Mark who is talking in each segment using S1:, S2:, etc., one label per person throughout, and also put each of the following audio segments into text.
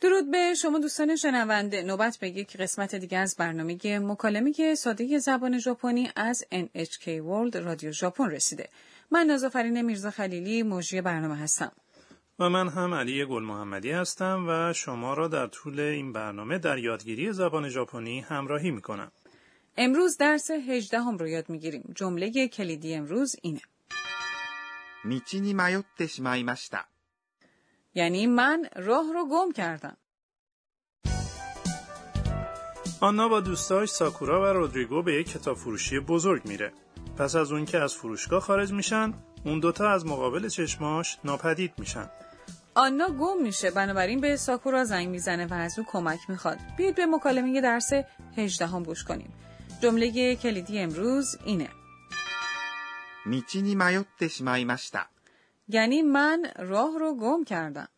S1: درود به شما دوستان شنونده نوبت به یک قسمت دیگه از برنامه مکالمه ساده زبان ژاپنی از NHK World رادیو ژاپن رسیده من نازافرین میرزا خلیلی مجری برنامه هستم
S2: و من هم علی گل محمدی هستم و شما را در طول این برنامه در یادگیری زبان ژاپنی همراهی می کنم.
S1: امروز درس 18 هم رو یاد میگیریم. جمله کلیدی امروز اینه.
S3: 道に迷ってしまいました。
S1: یعنی من راه رو گم کردم.
S2: آنا با دوستاش ساکورا و رودریگو به یک کتاب فروشی بزرگ میره. پس از اون که از فروشگاه خارج میشن، اون دوتا از مقابل چشماش ناپدید میشن.
S1: آنا گم میشه بنابراین به ساکورا زنگ میزنه و از او کمک میخواد. بیاید به مکالمه درس 18 هم گوش کنیم. جمله کلیدی امروز اینه.
S3: 道に迷ってしまいました。
S1: یعنی من راه رو گم کردم.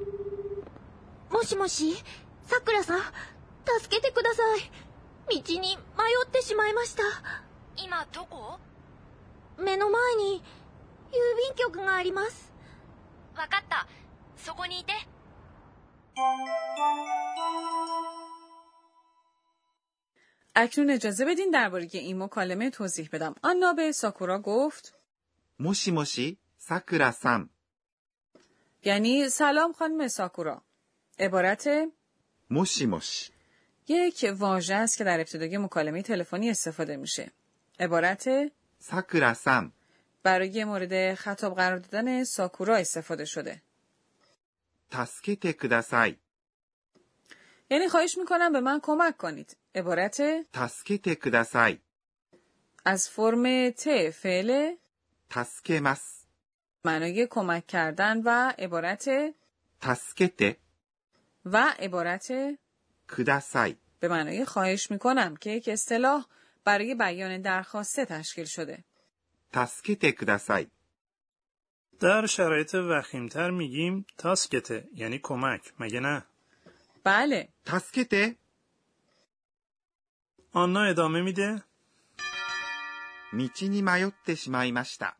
S4: 「もしもしさくらさん助けてください道に迷ってしまいました今どこ目の前に郵便局がありますわかったそこにいて「
S1: اکنون اجازه بدین درباره این مکالمه توضیح بدم. آنا به ساکورا گفت
S3: もしもし、さくらさん。
S1: یعنی سلام خانم ساکورا. عبارت
S3: もしもし、
S1: یک واژه است که در ابتدای مکالمه تلفنی استفاده میشه. عبارت
S3: さくらさん。
S1: برای مورد خطاب قرار دادن ساکورا استفاده شده.
S3: 助けてください。
S1: یعنی خواهش میکنم به من کمک کنید. عبارت
S3: 助けてください。
S1: از فرم ت فعل
S3: 助けます。
S1: معنای کمک کردن و عبارت
S3: 助けて
S1: و عبارت
S3: ください。
S1: به معنای خواهش میکنم که یک اصطلاح برای بیان درخواسته تشکیل شده.
S3: 助けてください。
S2: در شرایط وخیمتر میگیم تاسکته یعنی کمک مگه نه؟
S1: بله،
S3: 助けて、
S2: آنا ادامه میده؟
S3: 道に迷ってしまいました。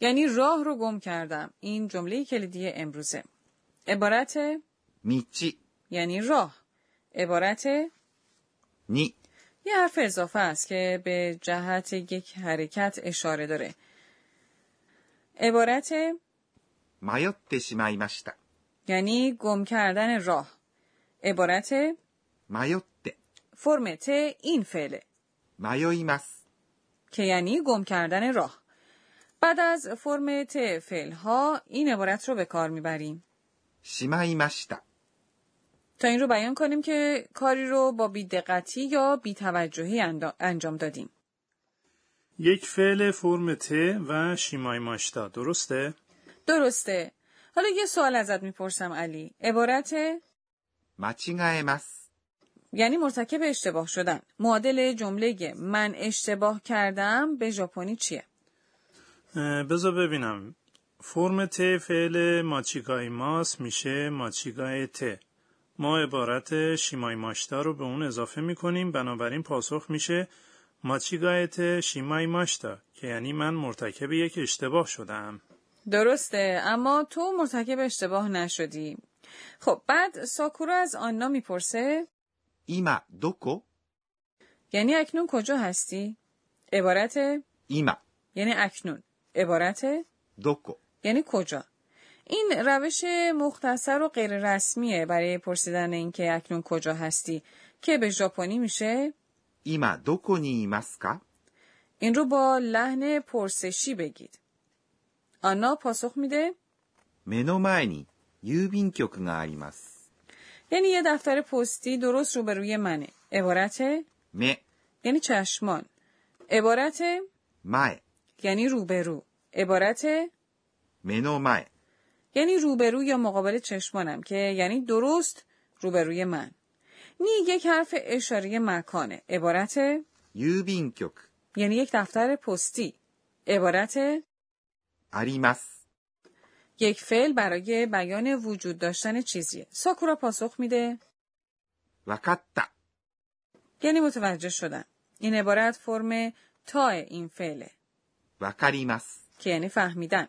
S1: یعنی راه رو گم کردم. این جمله کلیدی امروزه. عبارت
S3: 道
S1: یعنی راه. عبارت
S3: に
S1: یه حرف اضافه است که به جهت یک حرکت اشاره داره. عبارت
S3: 迷ってしまいました。
S1: یعنی گم کردن راه. عبارت
S3: 迷って、
S1: فرم ت این فعله
S3: 迷います。
S1: که یعنی گم کردن راه. بعد از فرم ت فعل ها این عبارت رو به کار میبریم.
S3: しまいました。
S1: تا این رو بیان کنیم که کاری رو با بیدقتی یا بیتوجهی اندا- انجام دادیم.
S2: یک فعل فرم ت و شیمای ماشتا درسته؟
S1: درسته. حالا یه سوال ازت میپرسم علی. عبارت
S3: 間違えます。
S1: یعنی مرتکب اشتباه شدن. معادل جمله من اشتباه کردم به ژاپنی چیه؟
S2: اه، بذار ببینم فرم ت فعل ماچیگای ماس میشه ماچیگای ت ما عبارت شیمای ماشتا رو به اون اضافه میکنیم بنابراین پاسخ میشه ماچیگای ت شیمای ماشتا که یعنی من مرتکب یک اشتباه شدم
S1: درسته اما تو مرتکب اشتباه نشدی. خب بعد ساکورا از آنا میپرسه
S3: 今、どこ
S1: یعنی اکنون کجا هستی؟ عبارت
S3: 今、
S1: یعنی اکنون. عبارت
S3: どこ
S1: یعنی کجا این روش مختصر و غیر رسمیه برای پرسیدن اینکه اکنون کجا هستی که به ژاپنی میشه
S3: 今、どこにいますか
S1: این رو با لحن پرسشی بگید آنا پاسخ میده
S3: 目の前に郵便局があります。
S1: یعنی یه دفتر پستی درست روبروی منه عبارت
S3: 目、
S1: یعنی چشمان عبارت
S3: 前、
S1: یعنی روبرو عبارت
S3: 目の前、
S1: یعنی روبرو یا مقابل چشمانم که یعنی درست روبروی من نی یک حرف اشاره مکانه عبارت
S3: 郵便局、
S1: یعنی یک دفتر پستی عبارت
S3: あります。
S1: یک فعل برای بیان وجود داشتن چیزیه ساکورا پاسخ میده
S3: わかった。
S1: یعنی متوجه شدن این عبارت فرم تا این فعله
S3: わかります。
S1: که یعنی فهمیدن.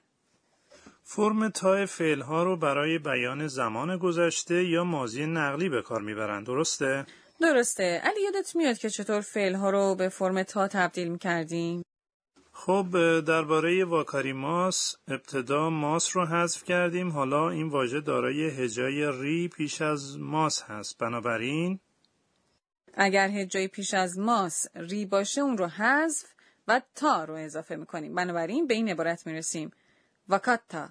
S2: فرم تای فعل ها رو برای بیان زمان گذشته یا ماضی نقلی به کار میبرند درسته؟
S1: درسته. علی یادت میاد که چطور فعل ها رو به فرم تا تبدیل میکردیم؟
S2: خب درباره واکاری ماس ابتدا ماس رو حذف کردیم حالا این واژه دارای هجای ری پیش از ماس هست بنابراین
S1: اگر هجای پیش از ماس ری باشه اون رو حذف و تا رو اضافه میکنیم. بنابراین به این عبارت میرسیم. واکاتا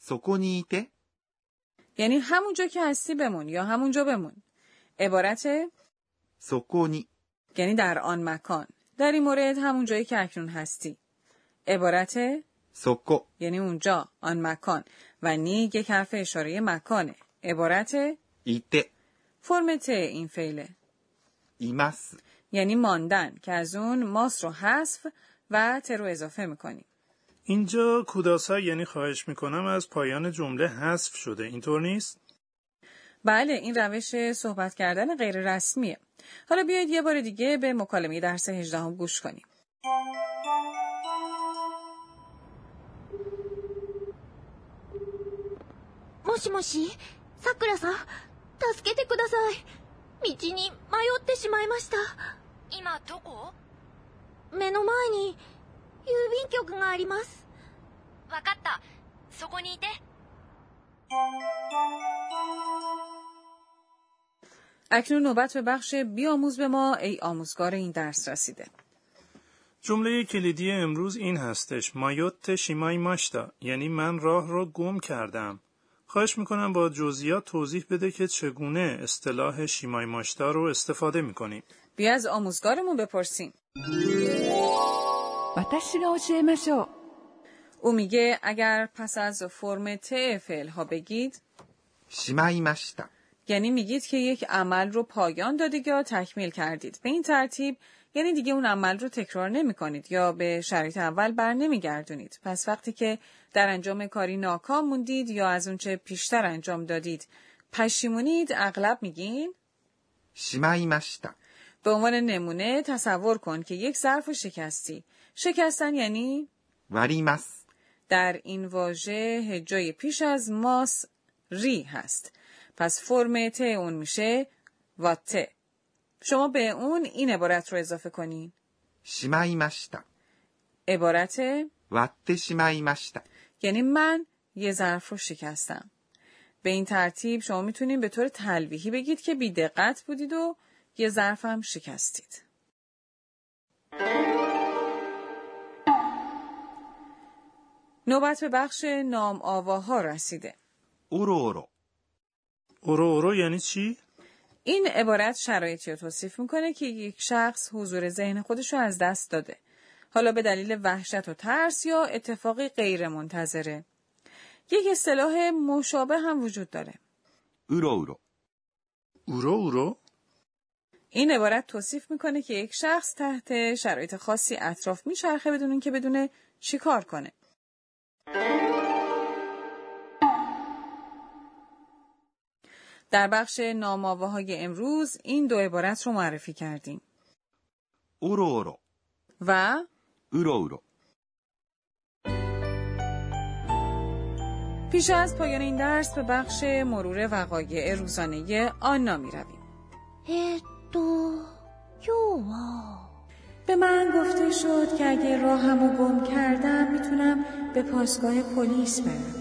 S3: そこにいて、
S1: یعنی همونجا که هستی بمون یا همونجا بمون. عبارت
S3: そこに、
S1: یعنی در آن مکان. در این مورد همون جایی که اکنون هستی. عبارت
S3: そこ、
S1: یعنی اونجا، آن مکان و نی یک حرف اشاره مکانه. عبارت
S3: いて、
S1: فرم ت این فعله
S3: います。
S1: یعنی ماندن که از اون ماس رو حذف و ت رو اضافه میکنیم.
S2: اینجا کوداسا یعنی خواهش میکنم از پایان جمله حذف شده اینطور نیست؟
S1: بله این روش صحبت کردن غیر رسمیه. حالا بیایید یه بار دیگه به مکالمه درس 18 هم گوش کنیم.
S4: もしもしさくらさん助けてください道に迷ってしまいました今どこ目の前に郵便局がありますわかったそこにいて
S1: اکنون نوبت به بخش بیاموز به ما ای آموزگار این درس رسیده.
S2: جمله کلیدی امروز این هستش مایوت شیمای ماشتا یعنی من راه رو گم کردم خواهش میکنم با جزئیات توضیح بده که چگونه اصطلاح شیمای ماشتا رو استفاده میکنیم
S1: بیا از آموزگارمون بپرسیم.
S5: 私が教えましょう
S1: او میگه اگر پس از فرم ت فعل ها بگید
S3: しまいました。
S1: یعنی میگید که یک عمل رو پایان دادید یا تکمیل کردید به این ترتیب یعنی دیگه اون عمل رو تکرار نمی کنید یا به شرایط اول بر نمی گردونید پس وقتی که در انجام کاری ناکام موندید یا از اونچه پیشتر انجام دادید پشیمونید اغلب میگین
S3: しまいました。
S1: به عنوان نمونه تصور کن که یک ظرف رو شکستی شکستن یعنی
S3: 割ります。
S1: در این واژه هجای پیش از ماس ری هست. پس فرم ت اون میشه واته. شما به اون این عبارت رو اضافه کنین.
S3: しまいました。
S1: عبارت
S3: 割ってしまいました。
S1: یعنی من یه ظرف رو شکستم. به این ترتیب شما میتونین به طور تلویحی بگید که بی دقت بودید و یه ظرف هم شکستید. نوبت به بخش نام آواها رسیده.
S3: おろおろ、
S2: اورو اورو یعنی چی؟
S1: این عبارت شرایطی رو توصیف میکنه که یک شخص حضور ذهن خودش رو از دست داده. حالا به دلیل وحشت و ترس یا اتفاقی غیر منتظره. یک اصطلاح مشابه هم وجود داره.
S3: うろうろ、
S2: اورو اورو
S1: این عبارت توصیف میکنه که یک شخص تحت شرایط خاصی اطراف میچرخه بدون اینکه بدونه چی کار کنه. در بخش نامآواهای امروز این دو عبارت رو معرفی کردیم
S3: おろおろ、
S1: و
S3: うろうろ、
S1: پیش از پایان این درس به بخش مرور وقایع روزانه آنا می رویم.
S4: えーっと今日は
S1: به من گفته شد که اگه راهمو گم کردم میتونم به پاسگاه پلیس برم.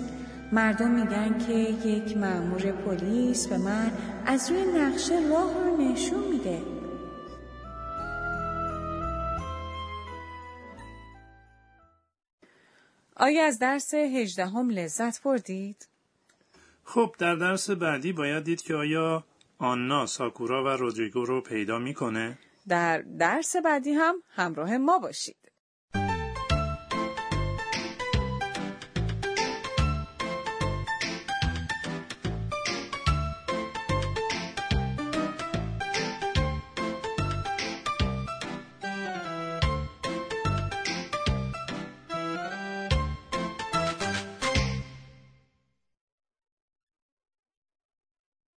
S1: مردم میگن که یک مأمور پلیس به من از روی نقشه راه رو نشون میده. آیا از درس هجدهم لذت بردید؟
S2: خب در درس بعدی باید دید که آیا آنا ساکورا و رودریگو رو پیدا میکنه؟
S1: در درس بعدی هم همراه ما باشید.